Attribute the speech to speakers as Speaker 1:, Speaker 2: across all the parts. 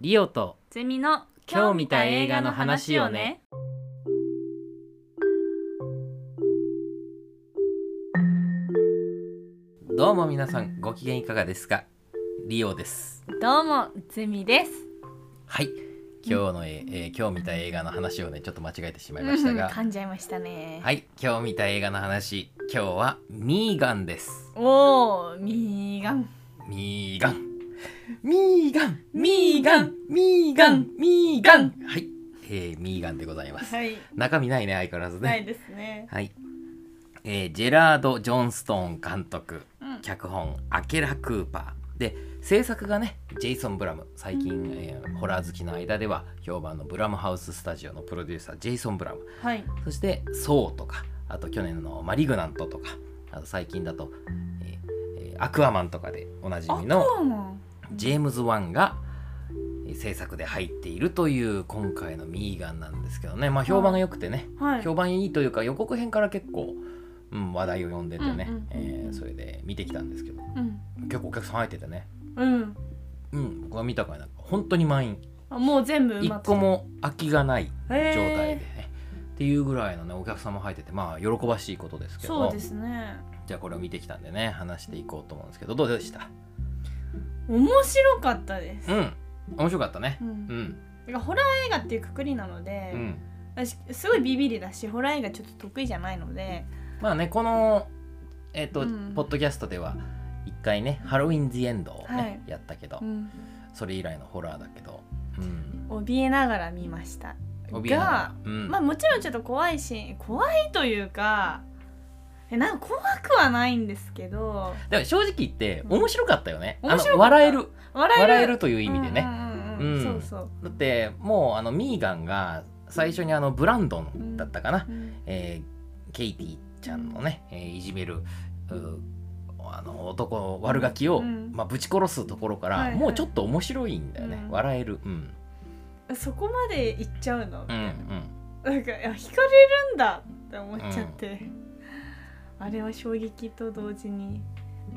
Speaker 1: リオと
Speaker 2: ゼミの
Speaker 1: 今日見た映画の話をね。どうも皆さんご機嫌いかがですかリオです
Speaker 2: どうもゼミです。
Speaker 1: はい今日のえ、えー今日見た映画の話をねちょっと間違えてしまいましたが
Speaker 2: 噛んじゃいましたね。
Speaker 1: はい今日見た映画の話今日はミーガンです
Speaker 2: おおミーガン。
Speaker 1: ミーガンミーガンミーガンミーガンミーガンはい、えー、ミーガンでございます
Speaker 2: い。
Speaker 1: 中身ないね相変わらずね
Speaker 2: ですね。
Speaker 1: はい、えージェラード・ジョンストーン監督
Speaker 2: うん
Speaker 1: 脚本アケラ・クーパーで制作がねジェイソン・ブラム最近、えーホラー好きの間では評判のブラムハウス・スタジオのプロデューサージェイソン・ブラム
Speaker 2: はい。
Speaker 1: そして「ソー」とかあと去年の「マリグナント」とかあと最近だと、えーえーアクアマン」とかでおなじみの
Speaker 2: アクアマン
Speaker 1: ジェームズ・ワンがえー制作で入っているという今回のミーガンなんですけどねまあ評判が良くてね
Speaker 2: はい。
Speaker 1: 評判いいというか予告編から結構、うん、話題を呼んでてね、
Speaker 2: うんうん
Speaker 1: えーそれで見てきたんですけど
Speaker 2: うん
Speaker 1: 結構お客さん入っててね
Speaker 2: うん。
Speaker 1: うん僕が見たからなんか本当に満員
Speaker 2: あもう全部埋
Speaker 1: 一
Speaker 2: まって
Speaker 1: 個も空きがない
Speaker 2: 状
Speaker 1: 状態でね、っていうぐらいのねお客さんも入っててまあ喜ばしいことですけど
Speaker 2: そうですね。
Speaker 1: じゃあこれを見てきたんでね話していこうと思うんですけどどうでした
Speaker 2: 面白かったです。
Speaker 1: うん面白かったね
Speaker 2: う。
Speaker 1: うんん
Speaker 2: だからホラー映画っていうくくりなので
Speaker 1: う、ん
Speaker 2: 私すごいビビりだしホラー映画ちょっと得意じゃないので、
Speaker 1: まあねこのえっ、と、
Speaker 2: うん
Speaker 1: ポッドキャストでは一回ね「ハロウィン・ズ・エンド」をね、
Speaker 2: はい
Speaker 1: やったけど、
Speaker 2: うん、
Speaker 1: それ以来のホラーだけど、うん、
Speaker 2: 怯えながら見ました。
Speaker 1: 怯えながらうん
Speaker 2: まあもちろんちょっと怖いシーン怖いというかえなんか怖くはないんですけど
Speaker 1: でも正直言って
Speaker 2: うん
Speaker 1: 面白かったよね、あ
Speaker 2: 面白か
Speaker 1: の
Speaker 2: った
Speaker 1: 笑える
Speaker 2: 笑える
Speaker 1: 笑えるという意味でね、
Speaker 2: うんうんうん
Speaker 1: うん
Speaker 2: そうそう、
Speaker 1: だってもうあのミーガンが最初にあのブランドンだったかな、
Speaker 2: うん
Speaker 1: えーケイティちゃんのね、えーいじめるうーあの男悪ガキを、
Speaker 2: うん
Speaker 1: まあ、ぶち殺すところから、
Speaker 2: はいはい
Speaker 1: もうちょっと面白いんだよね、
Speaker 2: うん
Speaker 1: 笑えるうん
Speaker 2: そこまで行っちゃう
Speaker 1: う
Speaker 2: の、
Speaker 1: んうん
Speaker 2: なんかいや惹かれるんだって思っちゃって、あれは衝撃と同時に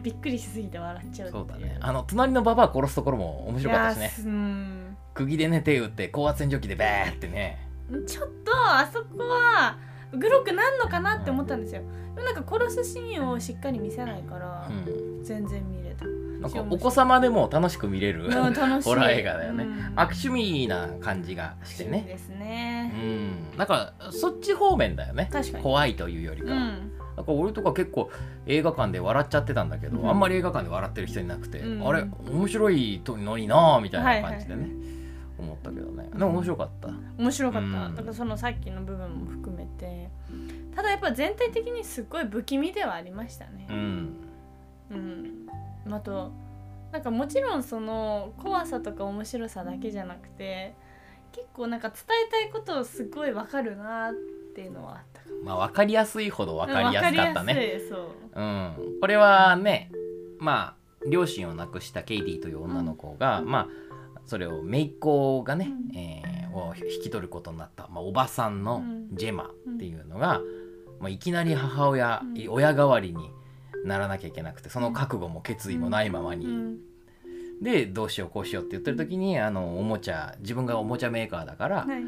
Speaker 2: びっくりしすぎて笑っちゃうってい
Speaker 1: そうだねあの隣のババア殺すところも面
Speaker 2: い
Speaker 1: 白かっ
Speaker 2: や
Speaker 1: たしね
Speaker 2: すうん
Speaker 1: 釘でね手打って高圧洗浄機でベーってね
Speaker 2: ちょっとあそこはグロくなんのかなって思ったんですよ、でもなんか殺すシーンをしっかり見せないから、
Speaker 1: うん
Speaker 2: 全然見れた
Speaker 1: なんかお子様でも楽しく見れる、
Speaker 2: うん楽し い
Speaker 1: ホラー映画だよね
Speaker 2: うん
Speaker 1: 悪趣味な感じがして
Speaker 2: そう
Speaker 1: ね
Speaker 2: です
Speaker 1: う
Speaker 2: ね、
Speaker 1: んなんかそっち方面だよね
Speaker 2: 確かに
Speaker 1: 怖いというより
Speaker 2: うん
Speaker 1: か,、なんか俺とか結構映画館で笑っちゃってたんだけど、
Speaker 2: うん
Speaker 1: あんまり映画館で笑ってる人いなくて、
Speaker 2: うん
Speaker 1: あれ面白いのになぁみたいな感じでね、
Speaker 2: はいは
Speaker 1: 思ったけどねでも面白かった、
Speaker 2: 面白かった、
Speaker 1: うん
Speaker 2: だからそのさっきの部分も含めてただやっぱ全体的にすっごい不気味ではありました
Speaker 1: う
Speaker 2: ね、
Speaker 1: ん
Speaker 2: うんあとなんかもちろんその怖さとか面白さだけじゃなくて結構なんか伝えたいことをすごいわかるなっていうのはあったかも
Speaker 1: まあ分かりやすいほど分かりやすかったね
Speaker 2: わかりやすいそう
Speaker 1: うん、これはねまあ両親を亡くしたケイディという女の子が、まあそれを姪っ子がね、
Speaker 2: うん
Speaker 1: えーを引き取ることになった、まあ、おばさんの
Speaker 2: うん
Speaker 1: ジェマっていうのが、まあ、いきなり母親、
Speaker 2: うん
Speaker 1: 親代わりにならなきゃいけなくてその覚悟も決意もないままに、
Speaker 2: うん
Speaker 1: でどうしようこうしようって言ってる時にあのおもちゃ自分がおもちゃメーカーだから、
Speaker 2: はい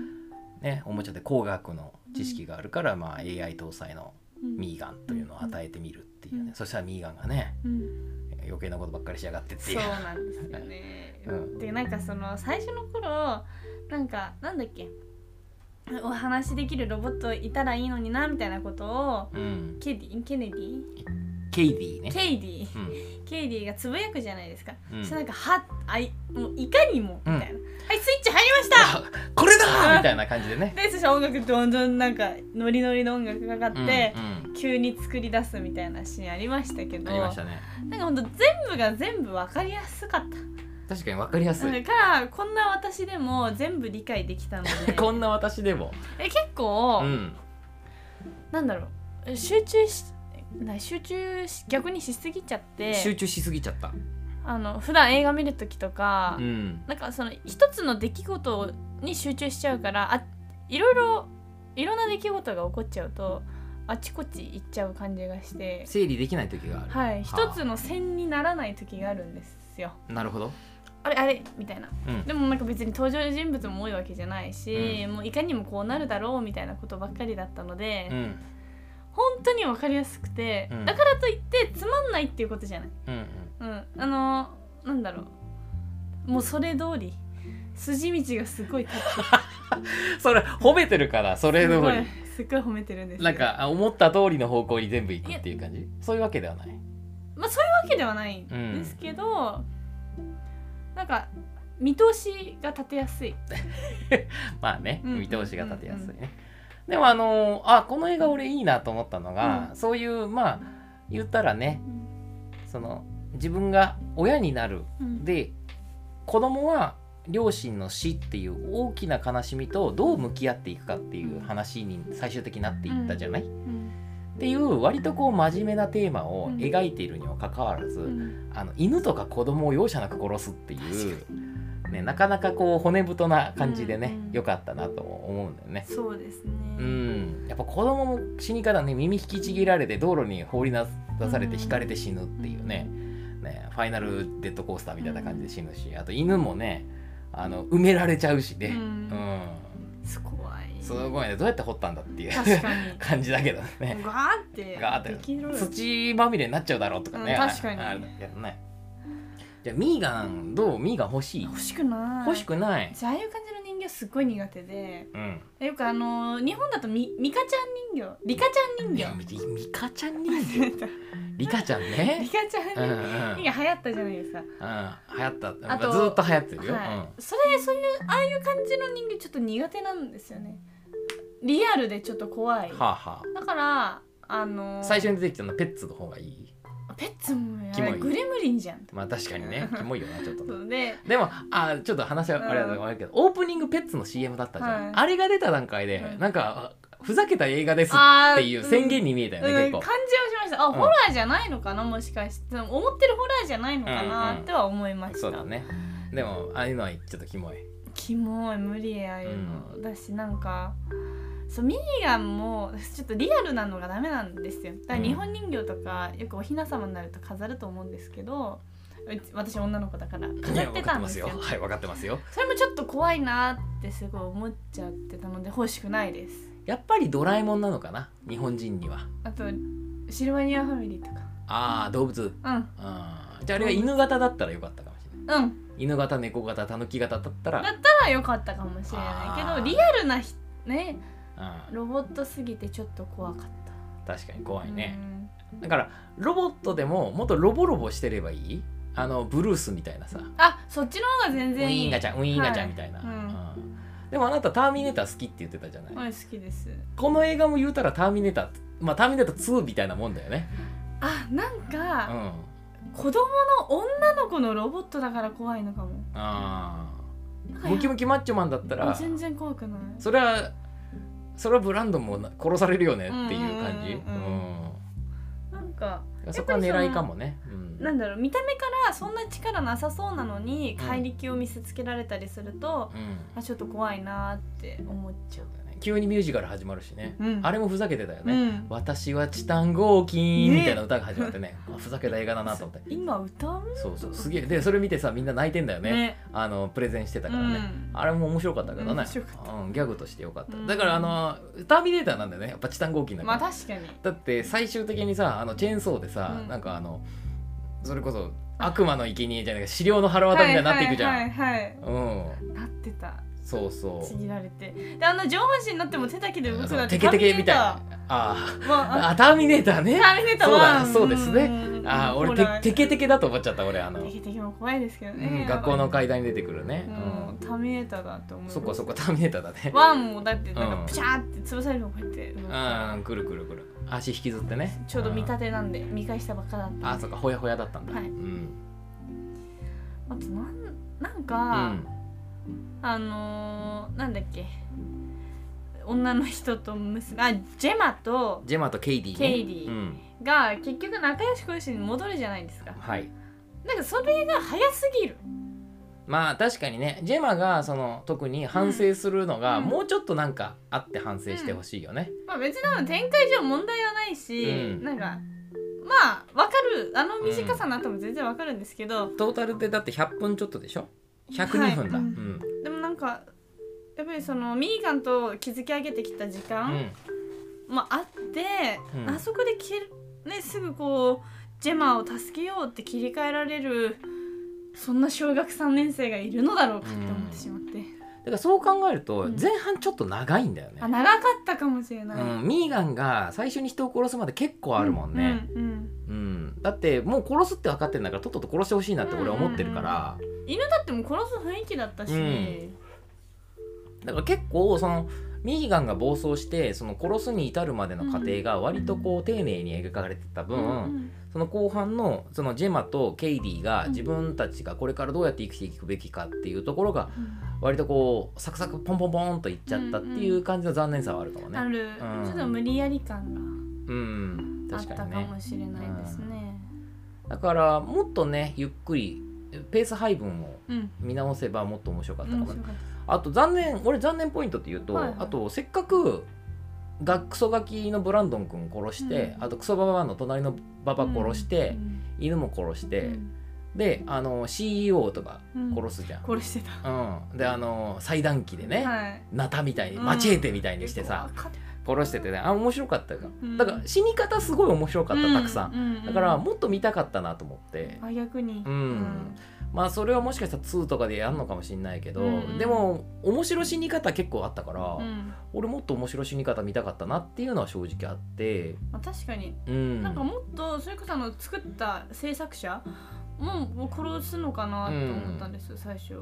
Speaker 1: ね、おもちゃで工学の知識があるから、まあ、AI 搭載のミーガンというのを与えてみるっていうね、
Speaker 2: うん
Speaker 1: そしたらミーガンがね、
Speaker 2: うん
Speaker 1: 余計なことばっかりしやがってってい
Speaker 2: そう
Speaker 1: う
Speaker 2: なんですよね、
Speaker 1: うん
Speaker 2: でなんかその最初の頃なんかなんだっけお話しできるロボットいたらいいのになみたいなことを
Speaker 1: うん、
Speaker 2: ケディケネディ
Speaker 1: ケイディね
Speaker 2: ケイディ
Speaker 1: うん
Speaker 2: ケイディがつぶやくじゃないですか、
Speaker 1: うん
Speaker 2: そしたらなんかはあいもういかにもみたいな、
Speaker 1: う
Speaker 2: はいスイッチ入りました
Speaker 1: あ これだーみたいな感じで ね
Speaker 2: でそしたら音楽どんどんなんかノリノリの音楽がかかって、
Speaker 1: うんうん
Speaker 2: 急に作り出すみたいなシーンありましたけど
Speaker 1: ありましたね
Speaker 2: なんかほんと全部が全部わかりやすかった
Speaker 1: 確かに分かりやすい、
Speaker 2: だからこんな私でも全部理解できたの で
Speaker 1: こんな私でも、
Speaker 2: え結構、
Speaker 1: うん、
Speaker 2: なんだろう集中しな集中し逆にしすぎちゃって
Speaker 1: 集中しすぎちゃった、
Speaker 2: あの普段映画見る時とか、
Speaker 1: うん
Speaker 2: なんかその一つの出来事に集中しちゃうからあいろいろいろんな出来事が起こっちゃうとあちこち行っちゃう感じがして
Speaker 1: 整理できない時がある、
Speaker 2: はい
Speaker 1: はあ
Speaker 2: 一つの線にならない時があるんですよ。
Speaker 1: なるほど
Speaker 2: あれあれみたいな
Speaker 1: うん
Speaker 2: でもなんか別に登場人物も多いわけじゃないし、もういかにもこうなるだろうみたいなことばっかりだったので、
Speaker 1: うん
Speaker 2: 本当に分かりやすくて、
Speaker 1: うん
Speaker 2: だからといってつまんないっていうことじゃない、
Speaker 1: うんうん
Speaker 2: うん、あのーなんだろうもうそれ通り筋道がすごい立って
Speaker 1: それ褒めてるからそれ
Speaker 2: す
Speaker 1: の
Speaker 2: ご
Speaker 1: 方
Speaker 2: い
Speaker 1: に
Speaker 2: すごい褒めてるんですよ
Speaker 1: なんかあ思った通りの方向に全部行くっていう感じそういうわけではない
Speaker 2: まあそういうわけではないんですけど、なんか見通しが立てやすい
Speaker 1: まあね
Speaker 2: うん
Speaker 1: 見通しが立てやすいね、でもあのーあこの映画俺いいなと思ったのが、
Speaker 2: うん
Speaker 1: そういうまあ言ったらねその自分が親になる
Speaker 2: うん
Speaker 1: で子供は両親の死っていう大きな悲しみとどう向き合っていくかっていう話に最終的になっていったじゃない、
Speaker 2: うん
Speaker 1: っていう割とこう真面目なテーマを描いているにもかかわらず、
Speaker 2: うん
Speaker 1: あの犬とか子供を容赦なく殺すっていう、ね、なかなかこう骨太な感じでね
Speaker 2: うんうん
Speaker 1: 良、かったなと思うんだよね。
Speaker 2: そうです
Speaker 1: う
Speaker 2: ね、
Speaker 1: ん、やっぱ子供も死に方ね耳引きちぎられて道路に放り出されて引かれて死ぬっていうね,、ねファイナルデッドコースターみたいな感じで死ぬしあと犬もねあの埋められちゃうしね、
Speaker 2: う
Speaker 1: うんん
Speaker 2: すごい
Speaker 1: すごいねどうやって掘ったんだっていう
Speaker 2: 確かに
Speaker 1: 感じだけどね
Speaker 2: ガーって
Speaker 1: ガーって
Speaker 2: できる
Speaker 1: 土まみれになっちゃうだろうとかね、
Speaker 2: うん確かに
Speaker 1: あれだけどねじゃあミーガンどうミーガン欲しい
Speaker 2: 欲しくない
Speaker 1: 欲しくない、
Speaker 2: じゃあああいう感じの人形すっごい苦手で
Speaker 1: うん、
Speaker 2: よくあのー日本だとみミカちゃん人形リカちゃん
Speaker 1: い
Speaker 2: 人
Speaker 1: や
Speaker 2: 形
Speaker 1: みミカちゃん人形リカちゃん
Speaker 2: リ
Speaker 1: ね、
Speaker 2: カちゃん人
Speaker 1: うんう
Speaker 2: 形
Speaker 1: ん、
Speaker 2: 流行ったじゃないですか、
Speaker 1: うん、流行った
Speaker 2: あと
Speaker 1: ずーっと流行ってるよ、
Speaker 2: はいそれそういうああいう感じの人形ちょっと苦手なんですよねリアルでちょっと怖い
Speaker 1: うん、はあは
Speaker 2: だからあの
Speaker 1: あ
Speaker 2: ー
Speaker 1: 最初に出てきたのはペッツの方がいい
Speaker 2: ペッツもや
Speaker 1: キモい
Speaker 2: グレムリンじゃん
Speaker 1: まあ確かに ねキモいよなちょっと
Speaker 2: そ
Speaker 1: ね
Speaker 2: うで
Speaker 1: でもあちょっと話はあれだ
Speaker 2: うん
Speaker 1: 悪いけど、オープニングペッツの CM だったじゃん、
Speaker 2: はい
Speaker 1: あれが出た段階で、
Speaker 2: うん
Speaker 1: なんかふざけた映画ですっ
Speaker 2: あー
Speaker 1: ていう宣言に見えたよね、
Speaker 2: うん、
Speaker 1: 結
Speaker 2: 感
Speaker 1: 構
Speaker 2: じはしましたあ、
Speaker 1: うん
Speaker 2: ホラーじゃないのかなもしかして思ってるホラーじゃないのか
Speaker 1: うん
Speaker 2: な
Speaker 1: うん
Speaker 2: っては思いました、
Speaker 1: そうだねでもああいうのはちょっとキモい
Speaker 2: キモい無理やああいうの、
Speaker 1: う
Speaker 2: だしなんかそうミーガンもちょっとリアルなのがダメなんですよだから日本人形とかよくお雛様になると飾ると思うんですけどうち私女の子だから飾ってたんですよ
Speaker 1: いや分かってますよはい分かってますよ
Speaker 2: それもちょっと怖いなってすごい思っちゃってたので欲しくないです
Speaker 1: やっぱりドラえもんなのかな日本人には
Speaker 2: あとシルバニアファミリーとか
Speaker 1: ああ動物
Speaker 2: うん
Speaker 1: あーじゃああれは犬型だったらよかったかもしれない
Speaker 2: うん
Speaker 1: 犬型猫型タヌキ型だったら
Speaker 2: だったら良かったかもしれない
Speaker 1: あ
Speaker 2: け
Speaker 1: ー
Speaker 2: どリアルなひね
Speaker 1: うん
Speaker 2: ロボットすぎてちょっと怖かっ
Speaker 1: 確かに
Speaker 2: た
Speaker 1: 怖いね、
Speaker 2: うん
Speaker 1: だからロボットでももっとロボロボしてればいいあのブルースみたいなさ
Speaker 2: あそっちの方が全
Speaker 1: ウィ
Speaker 2: 然い
Speaker 1: ーン
Speaker 2: い
Speaker 1: ガチャウィーンガチャ
Speaker 2: はい
Speaker 1: みたいな、
Speaker 2: うん
Speaker 1: うんでもあなたターミネーター好きって言ってたじゃない、
Speaker 2: はい、好きです。
Speaker 1: この映画も言うたらターミネーターまあターミネーター2みたいなもんだよね
Speaker 2: あ、なん
Speaker 1: う
Speaker 2: か、
Speaker 1: ん
Speaker 2: 子供の女の子のロボットだから怖いのかも。
Speaker 1: あ
Speaker 2: なん
Speaker 1: ー
Speaker 2: か
Speaker 1: ムキムキマッチョマンだったら
Speaker 2: 全然怖くない。
Speaker 1: それはそれはブランドンもな殺されるよねっていう感じ、
Speaker 2: うんうんうんなんか、
Speaker 1: うんそこは狙いかもね、うん
Speaker 2: なんだろう、見た目からそんな力なさそうなのに、
Speaker 1: うん
Speaker 2: 怪力を見せつけられたりすると、
Speaker 1: うん
Speaker 2: あ、ちょっと怖いなーって思っちゃう。
Speaker 1: 急にミュージカル始まるしね、
Speaker 2: うん
Speaker 1: あれもふざけてたよね、
Speaker 2: うん。
Speaker 1: 私はチタン合金
Speaker 2: ね
Speaker 1: みたいな歌が始まってねあふざけた映画だなと思って
Speaker 2: 今歌う
Speaker 1: そうそうすげえでそれ見てさみんな泣いてんだよねあのプレゼンしてたからね、あれも面白かったけど
Speaker 2: う
Speaker 1: ね
Speaker 2: ん面白かった
Speaker 1: うん、ギャグとしてよかった、
Speaker 2: うん
Speaker 1: だからあのターミネーターなんだよねやっぱチタン合金
Speaker 2: う
Speaker 1: だ
Speaker 2: ん。
Speaker 1: か
Speaker 2: ま
Speaker 1: ら、
Speaker 2: あ確かに。
Speaker 1: だって最終的にさあのチェーンソーでさ、
Speaker 2: うん
Speaker 1: なんかあのそれこそ悪魔の生贄じゃないか狩猟の腹渡みたいになっていくじゃん、
Speaker 2: はいはいはい
Speaker 1: うん
Speaker 2: はいなってた。
Speaker 1: そうそ
Speaker 2: ち
Speaker 1: う
Speaker 2: ぎられて。で、あの上半身になっても手だけで動くなんて。
Speaker 1: テケテケみたい
Speaker 2: ターミネーター
Speaker 1: なあ
Speaker 2: まあ、
Speaker 1: ああターミネーターね
Speaker 2: ターミネーターは
Speaker 1: そうだそうですね
Speaker 2: うん
Speaker 1: ああ俺
Speaker 2: ほ
Speaker 1: て
Speaker 2: ら
Speaker 1: テケテケだと思っちゃった俺あの、
Speaker 2: テケテケも怖いですけどね、
Speaker 1: うん学校の階段に出てくるね、
Speaker 2: うんターミネーターだと思
Speaker 1: うん
Speaker 2: う
Speaker 1: そっかそっかターミネーターだね
Speaker 2: ワンもだってなん
Speaker 1: うん
Speaker 2: かプシャーって潰されるのこうやって、
Speaker 1: うんくるくるくる足引きずってね
Speaker 2: ちょうど見
Speaker 1: う
Speaker 2: たてなんで見返したばっかだったん
Speaker 1: ん
Speaker 2: で
Speaker 1: あそっかほやほやだったんだ、
Speaker 2: はい
Speaker 1: うん
Speaker 2: あとなんなん
Speaker 1: う
Speaker 2: か、
Speaker 1: ん
Speaker 2: あのー、なんだっけ女の人と娘あジェマと
Speaker 1: ジェマとケイディ、ね、
Speaker 2: ケイディ
Speaker 1: うん
Speaker 2: が結局仲良し恋しに戻るじゃないですか
Speaker 1: はい
Speaker 2: なんかそれが早すぎる
Speaker 1: まあ確かにねジェマがその特に反省するのが、
Speaker 2: うん
Speaker 1: もうちょっとなんかあって反省してほしいよね、
Speaker 2: まあ別に多分展開上問題はないし、
Speaker 1: うん
Speaker 2: なんかまあわかるあの短さの後も全然わかるんですけど、
Speaker 1: トータルでだって100分ちょっとでしょ102分だ、
Speaker 3: はい
Speaker 1: うん
Speaker 2: でもなんかやっぱりそのミーガンと築き上げてきた時
Speaker 1: う
Speaker 2: 間
Speaker 1: ん
Speaker 2: もあって、
Speaker 1: うん
Speaker 2: あそこで切る、ね、すぐこうジェマを助けようって切り替えられるそんな小学3年生がいるのだろうかって思ってしまって、
Speaker 1: だからそう考えると
Speaker 2: うん
Speaker 1: 前半ちょっと長いんだよね
Speaker 2: あ、長かったかもしれない。
Speaker 1: うん、ミーガンが最初に人を殺すまで結構あるもんね、
Speaker 2: うんうん
Speaker 1: うんだってもう殺すって分かってんだからとっとと殺してほしいなって俺は思ってるから、
Speaker 2: 犬だってもう殺す雰囲気だったし、
Speaker 1: うんだから結構そのミーガンが暴走してその殺すに至るまでの過程が割とこう丁寧に描かれてた分、
Speaker 2: うん
Speaker 1: その後半のそのジェマとケイディが自分たちがこれからどうやって生きていくべきかっていうところが割とこうサクサクポンポンポンといっちゃったっていう感じの残念さはあるかもね
Speaker 2: あ。る、
Speaker 1: うん
Speaker 2: ちょっと無理やり感が。
Speaker 1: うん、
Speaker 2: あっ
Speaker 1: 確
Speaker 2: た
Speaker 1: か
Speaker 2: か
Speaker 1: にね
Speaker 2: もしれないですね。
Speaker 1: だからもっとねゆっくりペース配分を
Speaker 2: うん、
Speaker 1: 見直せばもっと面白かったか
Speaker 2: 面
Speaker 1: も、
Speaker 2: 白かっ
Speaker 1: あと残念俺残念ポイントっていうと、
Speaker 2: はいはい
Speaker 1: あとせっかくがクソガキのブランドン君殺して、
Speaker 2: うん。
Speaker 1: あとクソババアの隣のババ殺して、犬も殺したて、
Speaker 2: うん
Speaker 1: であの CEO とか
Speaker 2: うん
Speaker 1: 殺すじゃん、
Speaker 2: 殺してた。
Speaker 1: うんであの祭壇機でね、
Speaker 2: はい。
Speaker 1: ナタみたいに
Speaker 2: うん
Speaker 1: マチエテみたいにしてさ、
Speaker 2: よくわかっ
Speaker 1: 殺しててねあ面白かったよ
Speaker 2: うん
Speaker 1: だから死に方すごい面白かった、たくさん
Speaker 2: ううう
Speaker 1: だからもっと見たかったなと思って、
Speaker 2: あ逆に。
Speaker 1: うんまあそれはもしかしたら2とかでやるのかもしれないけど、
Speaker 2: うん
Speaker 1: でも面白死に方結構あったから、
Speaker 2: うん
Speaker 1: 俺もっと面白死に方見たかったなっていうのは正直あって、
Speaker 2: まあ確かに、
Speaker 1: うん、
Speaker 2: なんかもっとそれこそあの作った制作者ももう殺すのかなと思ったんですよ、最初。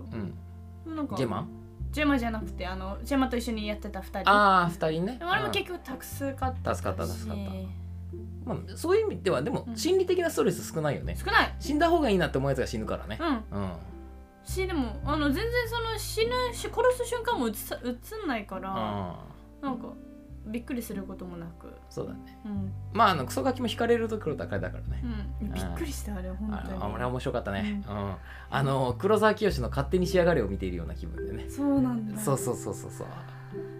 Speaker 1: うん、
Speaker 2: なんか
Speaker 1: ジェマン
Speaker 2: ジェマじゃなくてあのジェマと一緒にやってた二人。
Speaker 1: ああ2人ね
Speaker 2: でもあれも
Speaker 1: うん
Speaker 2: 結局たくさん買ったし。
Speaker 1: 助かった助かったまあ、そういう意味ではでも
Speaker 2: うん
Speaker 1: 心理的なストレス少ないよね、
Speaker 2: 少ない。
Speaker 1: 死んだ方がいいなって思うやつが死ぬからね
Speaker 2: う
Speaker 1: う
Speaker 2: ん。
Speaker 1: ん
Speaker 2: しでもあの全然その死ぬし殺す瞬間も映さ映んないから、
Speaker 1: あ
Speaker 2: なんかびっくりすることもなく、
Speaker 1: そうだね
Speaker 2: うん
Speaker 1: まああのクソガキも惹かれるところだからだからね、
Speaker 2: うん、びっくりしたあれ本
Speaker 1: あ
Speaker 2: 当に
Speaker 1: のあれは面白かったね、う
Speaker 2: うん
Speaker 1: あの黒沢清の「勝手に仕上がれ」を見ているような気分でね
Speaker 2: そうなんだ
Speaker 1: そうそうそうそうそう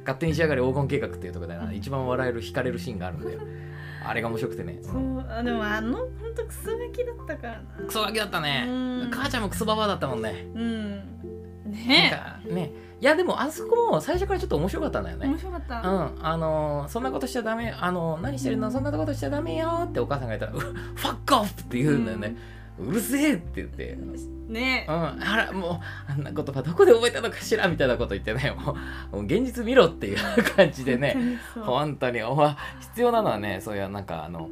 Speaker 1: 勝手に仕上がれ黄金計画っていうところでな
Speaker 2: うん
Speaker 1: 一番笑える惹かれるシーンがあるんだよあれが面白くてね、う
Speaker 2: そ
Speaker 1: ん
Speaker 2: うあでもあの本当クソガキだったからな
Speaker 1: クソガキだったね
Speaker 2: うん
Speaker 1: 母ちゃんもクソババアだったもんね
Speaker 2: うん
Speaker 1: なん
Speaker 2: ね
Speaker 1: かねいやでもあそこも最初からちょっと面白かったんだよね
Speaker 2: 面白かっ
Speaker 1: う
Speaker 2: た、
Speaker 1: ん、あのーそんなことしちゃダメあのー何してるのそんなことしちゃダメよーってお母さんが言ったらう「ファックオフ!」って言うんだよね、うるせえって言って
Speaker 2: ね
Speaker 1: うん、あらもうあんな言葉どこで覚えたのかしらみたいなこと言ってねもうもう現実見ろっていう感じでね
Speaker 2: 本当にそ う
Speaker 1: 本当におわ必要なのはねそういうなんかあの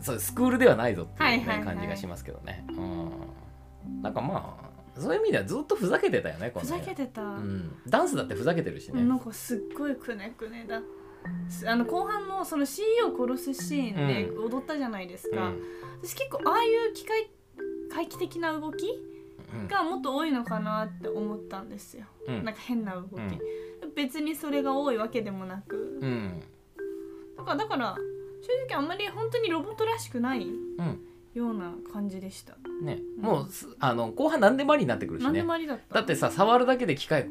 Speaker 1: そうスクールではないぞっていう、ね
Speaker 2: はいはいはい
Speaker 1: 感じがしますけどね、うん、なんかまあそういう意味ではずっとふざけてたよねこ
Speaker 2: ふ
Speaker 1: の
Speaker 2: ざけ
Speaker 1: て
Speaker 2: てた、
Speaker 1: うん、ダンスだってふざけてるしね、
Speaker 2: なんかすっごいくねくねだあの後半のその CEO を殺すシーンで踊ったじゃないです
Speaker 1: うん
Speaker 2: か、私結構ああいう機械怪奇的な動き
Speaker 1: うん
Speaker 2: がもっと多いのかなって思ったんですよ、
Speaker 1: うん
Speaker 2: なんか変な動き、
Speaker 1: うん
Speaker 2: 別にそれが多いわけでもなく、
Speaker 1: うん
Speaker 2: だからだから正直あんまり本当にロボットらしくない
Speaker 1: うん
Speaker 2: ような感じでした、
Speaker 1: ね、もうすあの後半何でもありになってくるし
Speaker 2: 何で
Speaker 1: ね
Speaker 2: もありだった
Speaker 1: だってさ触るだけで機械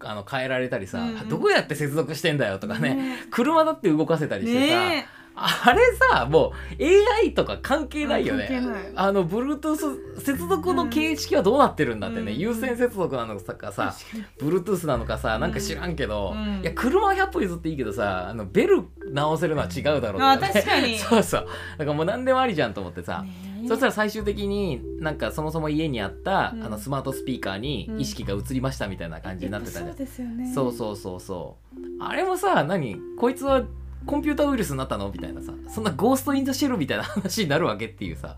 Speaker 1: あの変えられたりさ、
Speaker 2: うんうん
Speaker 1: どうやって接続してんだよとかね車だって動かせたりしてさ、
Speaker 2: ね
Speaker 1: あれさもう AI とか関係ないよね
Speaker 2: 関係ない
Speaker 1: あの Bluetooth 接続の形式はどうなってるんだってね、
Speaker 2: うん
Speaker 1: 有線接続なのかさ Bluetooth なのかさなんか知らんけど、
Speaker 2: うん
Speaker 1: いや車は100歩譲っていいけどさあのベル直せるのは違うだろうと
Speaker 2: あ
Speaker 1: ね
Speaker 2: 確か に
Speaker 1: そうそうだからもう何でもありじゃんと思ってさ、
Speaker 2: ね
Speaker 1: そしたら最終的になんかそもそも家にあった、
Speaker 2: うん
Speaker 1: あのスマートスピーカーに意識が移りましたみたいな感じになってたじゃん
Speaker 2: やっぱそうですよね
Speaker 1: そうそうそうそうあれもさ何こいつはコンピューターウイルスになったのみたいなさそんなゴースト・イン・ザ・シェルみたいな話になるわけっていうさ、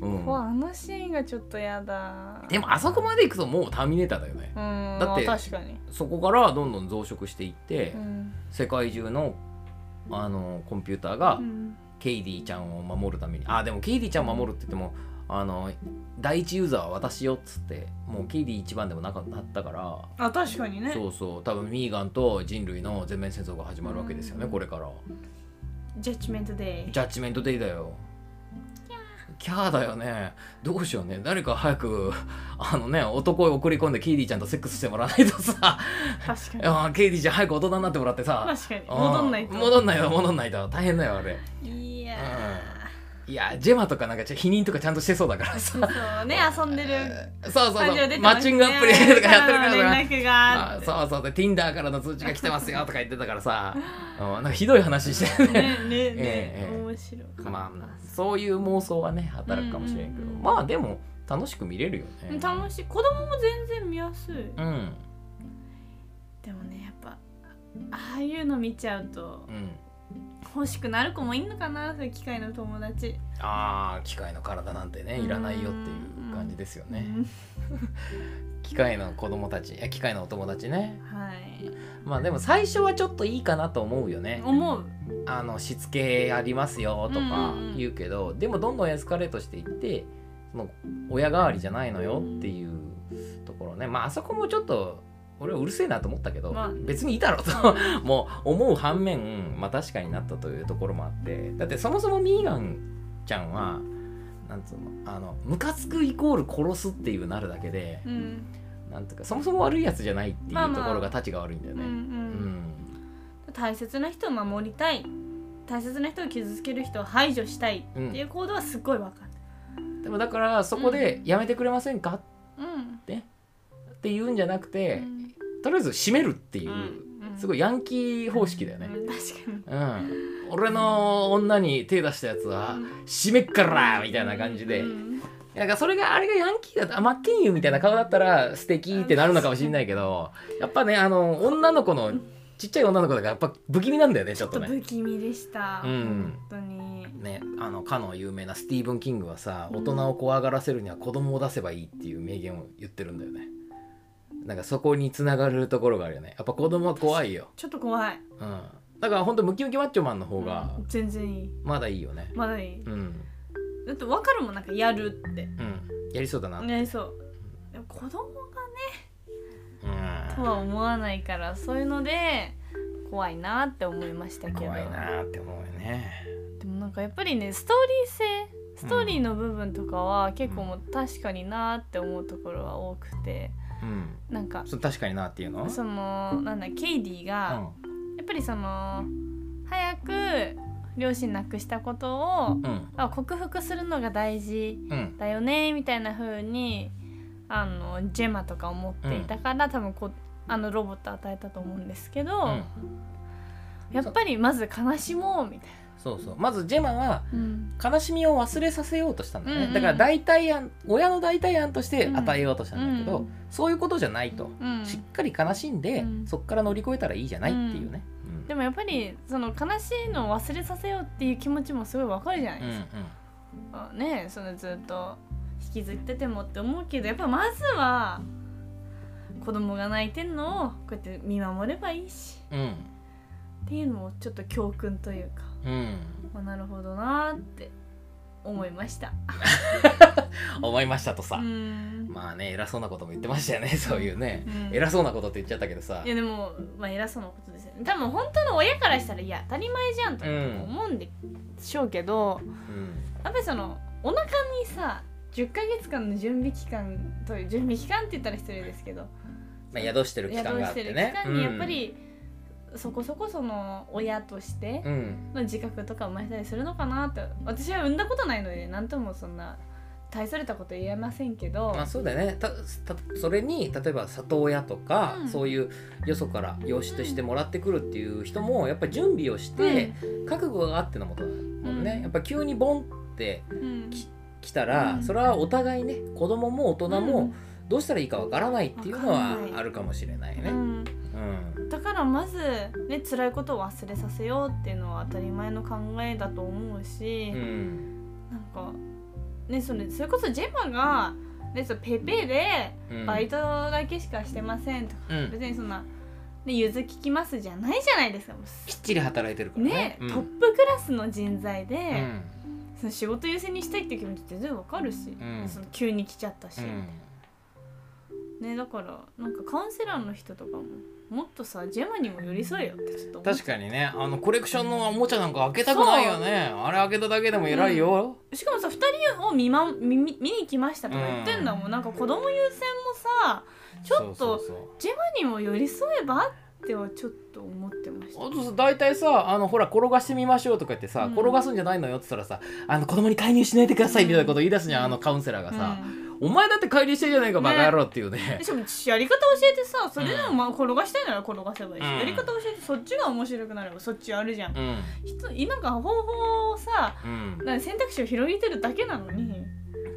Speaker 1: うん
Speaker 2: うわあのシーンがちょっとやだ
Speaker 1: でもあそこまで行くともうターミネーターだよね
Speaker 2: うん
Speaker 1: だって
Speaker 2: まあ確かに、
Speaker 1: そこからどんどん増殖していって、
Speaker 2: うん
Speaker 1: 世界中のあのコンピューターが
Speaker 2: うん
Speaker 1: ケイディちゃんを守るためにあでもケイディちゃんを守るって言ってもあの第一ユーザーは私よっつってもうケイディ一番でもなかったから
Speaker 2: あ確かにね
Speaker 1: そうそう多分ミーガンと人類の全面戦争が始まるわけですよね、
Speaker 2: うん
Speaker 1: これから
Speaker 2: ジャッジメントデイ
Speaker 1: ジャッジメントデイだよキャーだよねどうしようね誰か早くあのね男を送り込んでケイディちゃんとセックスしてもらわないとさ
Speaker 2: 確かに
Speaker 1: あーケイディちゃん早く大人になってもら ってさ
Speaker 2: 確かに
Speaker 1: うん
Speaker 2: 戻んないと
Speaker 1: 戻んないと戻んないと大変だよあれ
Speaker 2: いや
Speaker 1: いやジェマとかなんかちょ避妊とかちゃんとしてそうだ からさ
Speaker 2: そうね遊んでる
Speaker 1: そうそう
Speaker 2: 感じ
Speaker 1: そ
Speaker 2: が出
Speaker 1: う
Speaker 2: て
Speaker 1: マッ
Speaker 2: ます
Speaker 1: チ
Speaker 2: ね
Speaker 1: ングアプリとかやってるからさ
Speaker 2: 連絡があ
Speaker 1: あ
Speaker 2: って
Speaker 1: そうそうで Tinder からの通知が来てますよとか言ってたからさ、 うんなんかひどい話してるね
Speaker 2: ねねね、
Speaker 1: ええ
Speaker 2: 面白かった、
Speaker 1: まあそういう妄想はね働くかもしれんけど、
Speaker 2: うんうんうん
Speaker 1: まあでも楽しく見れるよね
Speaker 2: 楽しい子供も全然見やすい、
Speaker 1: うんうん
Speaker 2: でもねやっぱああいうの見ちゃうと欲しくなる子もいんのかなそういう機械の友達、
Speaker 1: ああ機械の体なんてねいらないよっていう感じですよね、機械の子供たちえ機械のお友達ね
Speaker 2: うんはい
Speaker 1: まあでも最初はちょっといいかなと思うよね
Speaker 2: 思う
Speaker 1: あのしつけありますよとか
Speaker 2: うんうんうん
Speaker 1: 言うけど、でもどんどんエスカレートしていってその親代わりじゃないのよっていうところねまああそこもちょっと俺はうるせえなと思ったけど、
Speaker 2: まあ
Speaker 1: 別にいいだろうともう思う反面まあ確かになったというところもあってだってそもそもミーガンちゃんはなんつうのあのムカつくイコール殺すっていうなるだけで、
Speaker 2: うん
Speaker 1: なんとかそもそも悪いやつじゃないってい
Speaker 2: まあ
Speaker 1: う
Speaker 2: まあ
Speaker 1: ところが立ちが悪いんだよ
Speaker 2: うんう
Speaker 1: ね。
Speaker 2: ん大切な人を守りたい大切な人を傷つける人を排除したいっていう行動はすっごいわかる、
Speaker 1: うんでもだからそこで「やめてくれませんか?」
Speaker 2: うん
Speaker 1: って言うんじゃなくて、
Speaker 2: うん
Speaker 1: とりあえず締めるっていう、
Speaker 2: うん
Speaker 1: すごいヤンキー方式だよね
Speaker 2: う。ん確かに
Speaker 1: うん、俺の女に手出したやつは
Speaker 2: うん
Speaker 1: 「締めっから!」みたいな感じで、
Speaker 2: うん
Speaker 1: なんかそれがあれがヤンキーだとあマッケンユーみたいな顔だったら素敵ってなるのかもしれないけどやっぱねあの女の子のちっちゃい女の子だからやっぱ不気味なんだよねちょっ
Speaker 2: ちょ
Speaker 1: と
Speaker 2: っと
Speaker 1: ね。
Speaker 2: 不気味でした、
Speaker 1: うん
Speaker 2: 本当に
Speaker 1: ね、あのかの有名なスティーブン・キングはさ大人を怖がらせるには子供を出せばいいっていう名言を言ってるんだよねなんかそこに繋がるところがあるよねやっぱ子供は怖いよ、
Speaker 2: ちょっと怖い
Speaker 1: うん、だからほんとムキムキマッチョマンの方が
Speaker 2: 全然いい
Speaker 1: まだいいよね
Speaker 2: まだいい、
Speaker 1: うん
Speaker 2: だって分かるもんなんかやるって
Speaker 1: うんやりそうだな、うん
Speaker 2: ねそうでも子供がとは思わないからそういうので怖いなって思いましたけど
Speaker 1: 怖いなーって思うよね
Speaker 2: でもなんかやっぱりねストーリー性ストーリーの部分とかは結構もう確かになって思うところは多くて
Speaker 1: うん
Speaker 2: なんか
Speaker 1: そう確かになっていうの
Speaker 2: そのなんだケイディ
Speaker 1: う
Speaker 2: が、
Speaker 1: ん
Speaker 2: やっぱりその早く両親亡くしたこと
Speaker 1: う
Speaker 2: を
Speaker 1: ん
Speaker 2: あ克服するのが大事
Speaker 1: うん
Speaker 2: だよねみたいな風にあのジェマとか思っていたから、多分こあのロボット与えたと思うんですけど、
Speaker 1: うん
Speaker 2: やっぱりまず悲しもうみたい
Speaker 1: そうそうまずジェマは
Speaker 2: な、
Speaker 1: 悲しみを忘れさせようとしたんだね、
Speaker 2: うんうん
Speaker 1: だから代替案親の代替案として与えようとしたんだけど、
Speaker 2: うん
Speaker 1: そういうことじゃないと、
Speaker 2: うん
Speaker 1: しっかり悲しんで、
Speaker 2: うん
Speaker 1: そこから乗り越えたらいいじゃないっていうね、うん
Speaker 2: でもやっぱりその悲しいのを忘れさせようっていう気持ちもすごいわかるじゃない
Speaker 1: うん
Speaker 2: ですか、ねそのずっと引きずっててもって思うけどやっぱまずは子供が泣いてんのをこうやって見守ればいいし
Speaker 1: うん
Speaker 2: っていうのをちょっと教訓というか、
Speaker 1: うん
Speaker 2: まあ、なるほどなーって思いました。
Speaker 1: 思いましたとさ、
Speaker 2: うん
Speaker 1: まあね偉そうなことも言ってましたよね そういうね、
Speaker 2: うん
Speaker 1: 偉そうなことって言っちゃったけどさ
Speaker 2: いやでも、まあ、偉そうなことですよね多分本当の親からしたらいや当たり前じゃんと
Speaker 1: うん
Speaker 2: 思うんでしょうけど、
Speaker 1: うん
Speaker 2: やっぱりそのお腹にさ10ヶ月間の準備期間という準備期間って言ったら失礼ですけど
Speaker 1: まあ、宿してる期間があってね
Speaker 2: 宿してる期間にやっぱり、そこそこその親として
Speaker 1: うん、うん
Speaker 2: の自覚とか生まれたりするのかなと私は産んだことないので何ともそんな大それたこと言えませんけど、
Speaker 1: まあそうだよねたたそれに例えば里親とか、
Speaker 2: うん
Speaker 1: そういうよそから養子としてもらってくるっていう人もやっぱり準備をして、覚悟があってのもとだもんね、
Speaker 2: うん
Speaker 1: やっぱ急にボンって
Speaker 2: うんうん
Speaker 1: き来たら、
Speaker 2: うん
Speaker 1: それはお互いね子供も大人もどうしたらいいかわからないっていうの
Speaker 2: わ
Speaker 1: は
Speaker 2: からない
Speaker 1: あるかもしれない
Speaker 2: うんう
Speaker 1: ね。
Speaker 2: ん
Speaker 1: うん
Speaker 2: だからまずね辛いことを忘れさせようっていうのは当たり前の考えだと思うし、
Speaker 1: うん
Speaker 2: なんかねそれそれこそジェマが、ね、そのペペで
Speaker 1: うん
Speaker 2: バイトだけしかしてませんとか、
Speaker 1: うん
Speaker 2: 別にそんな、ね、ゆず聞きますじゃないじゃないですかも
Speaker 1: き
Speaker 2: う
Speaker 1: っちり働いてるから
Speaker 2: ね
Speaker 1: ね。うん
Speaker 2: トップクラスの人材で、
Speaker 1: うん
Speaker 2: その仕事優先にしたいっていう気持ち全然わかるし、
Speaker 1: うん
Speaker 2: その急に来ちゃったし、
Speaker 1: うん
Speaker 2: ねだからなんかカウンセラーの人とかももっとさジェマにも寄り添えよってちょっと思う
Speaker 1: 確かにねあのコレクションのおもちゃなんか開けたくないよねあれ開けただけでも偉いよ、
Speaker 2: しかもさ2人を見,、ま、見見見に来ましたとか言ってんだもん、なんか子供優先もさちょっと
Speaker 1: そうそうそう
Speaker 2: ジェマにも寄り添えばってはちょっと思ってまました
Speaker 1: あとさ大体さあのほら転がしてみましょうとか言ってさ、
Speaker 2: うん
Speaker 1: 転がすんじゃないのよって言ったらさあの子供に介入しないでくださいみたいなこと言い出すじゃん、
Speaker 2: うん
Speaker 1: あのカウンセラーがさ、
Speaker 2: うん
Speaker 1: お前だって介入してるじゃないか
Speaker 2: ね
Speaker 1: バカ野郎っていうね
Speaker 2: でしかもやり方教えてさそれでもまあ転がしたいなら転がせばいいし、
Speaker 1: うん
Speaker 2: やり方教えてそっちが面白くなればそっちあるじゃん、
Speaker 1: うん
Speaker 2: 人なんか方法をさ
Speaker 1: うん
Speaker 2: なんか選択肢を広げてるだけなのに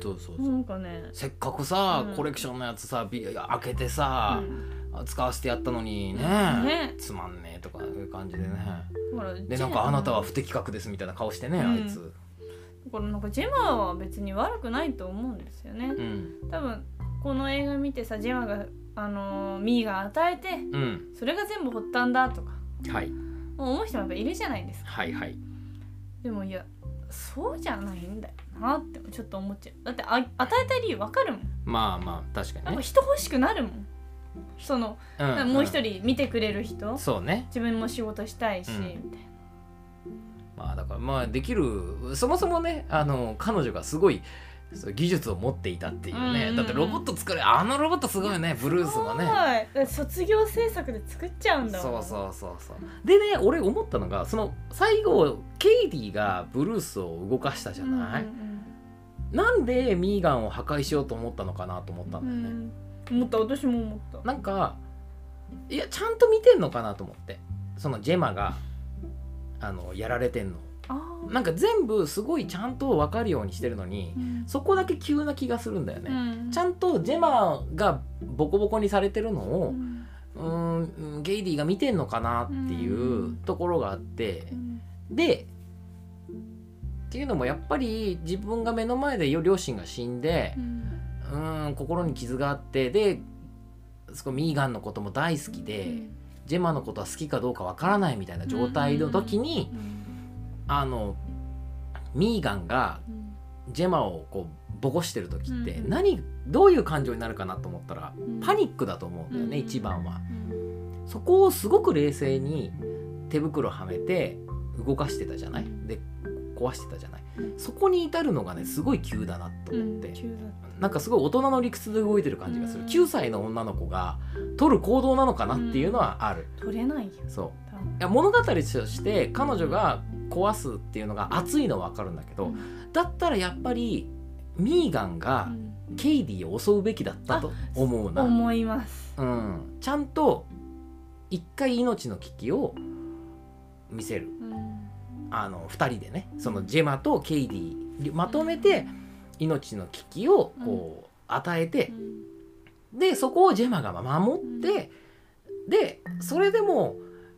Speaker 1: そうそうそう、
Speaker 2: なんかね
Speaker 1: せっかくさ、
Speaker 2: うん
Speaker 1: コレクションのやつさビ開けてさ
Speaker 2: う、ん
Speaker 1: 使わせてやったのにね
Speaker 2: ね
Speaker 1: つまんねえとかそういう感じでね
Speaker 2: ほら
Speaker 1: で
Speaker 2: ジェ
Speaker 1: なんかあなたは不適格ですみたいな顔してね、
Speaker 2: うん
Speaker 1: あいつ、
Speaker 2: だからなんかジェマは別に悪くないと思うんですよね
Speaker 1: うん
Speaker 2: 多分この映画見てさジェマがあのーミーが与えて
Speaker 1: うん
Speaker 2: それが全部発端だとか
Speaker 1: はい、
Speaker 2: 思う人もやっぱいるじゃないですか
Speaker 1: はいはい
Speaker 2: でもいやそうじゃないんだよなってちょっと思っちゃうだってあ与えた理由わかるもん
Speaker 1: まあまあ確か
Speaker 2: な
Speaker 1: に
Speaker 2: ん
Speaker 1: ね、
Speaker 2: か人欲しくなるもんその、
Speaker 1: うん、
Speaker 2: もう一人見てくれる人
Speaker 1: うんそうね
Speaker 2: 自分も仕事したいし、
Speaker 1: うん
Speaker 2: みたいな
Speaker 1: まあだからまあできるそもそもねあの彼女がすごいそう技術を持っていたっていうね、
Speaker 2: うんうんうん
Speaker 1: だってロボット作れあのロボットすごいよねブルースもね
Speaker 2: はいだから卒業制作で作っちゃうんだ
Speaker 1: そ
Speaker 2: も
Speaker 1: うんそうそうそうでね俺思ったのがその最後ケイディがブルースを動かしたじゃない、
Speaker 2: うんうんうん
Speaker 1: なんでミーガンを破壊しようと思ったのかなと思ったんだよね、
Speaker 2: うん、思った私も思った
Speaker 1: なんかいやちゃんと見てんのかなと思ってそのジェマがあのやられてんの
Speaker 2: あー
Speaker 1: なんか全部すごいちゃんと分かるようにしてるのに
Speaker 2: うん
Speaker 1: そこだけ急な気がするんだよね、
Speaker 2: うん
Speaker 1: ちゃんとジェマがボコボコにされてるの
Speaker 2: う
Speaker 1: を
Speaker 2: ん
Speaker 1: うーんゲイディが見てんのかなっていううんところがあって
Speaker 2: うん
Speaker 1: でっていうのもやっぱり自分が目の前でよ両親が死んで
Speaker 2: うん
Speaker 1: うーん心に傷があってでそこミーガンのことも大好きで、ジェマのことは好きかどうかわからないみたいな状態の時に、
Speaker 2: うん
Speaker 1: あのミーガンがジェマをこうボコしてる時って、
Speaker 2: うん
Speaker 1: 何どういう感情になるかなと思ったら
Speaker 2: うん
Speaker 1: パニックだと思うんだよね、
Speaker 2: うん
Speaker 1: 一番は。
Speaker 2: うん
Speaker 1: そこをすごく冷静に手袋はめて動かしてたじゃないで壊してたじゃないそこに至るのがねすごい急だなと思って、
Speaker 2: うん急だっ
Speaker 1: なんかすごい大人の理屈で動いてる感じがする、
Speaker 2: うん
Speaker 1: 9歳の女の子が取る行動なのかなっていうのはある、
Speaker 2: た取れないよ
Speaker 1: そう
Speaker 2: 多分
Speaker 1: いや物語として彼女が壊すっていうのが熱いのは分かるんだけど、
Speaker 2: うん
Speaker 1: だったらやっぱりミーガンが
Speaker 2: うん
Speaker 1: ケイディを襲うべきだったと思うな、
Speaker 2: 思います
Speaker 1: うん、ちゃんと一回命の危機を見せる
Speaker 2: うん
Speaker 1: あの2人でねそのジェマとケイディまとめて命の危機をこう与えて
Speaker 2: う、ん
Speaker 1: でそこをジェマが守って、でそれでも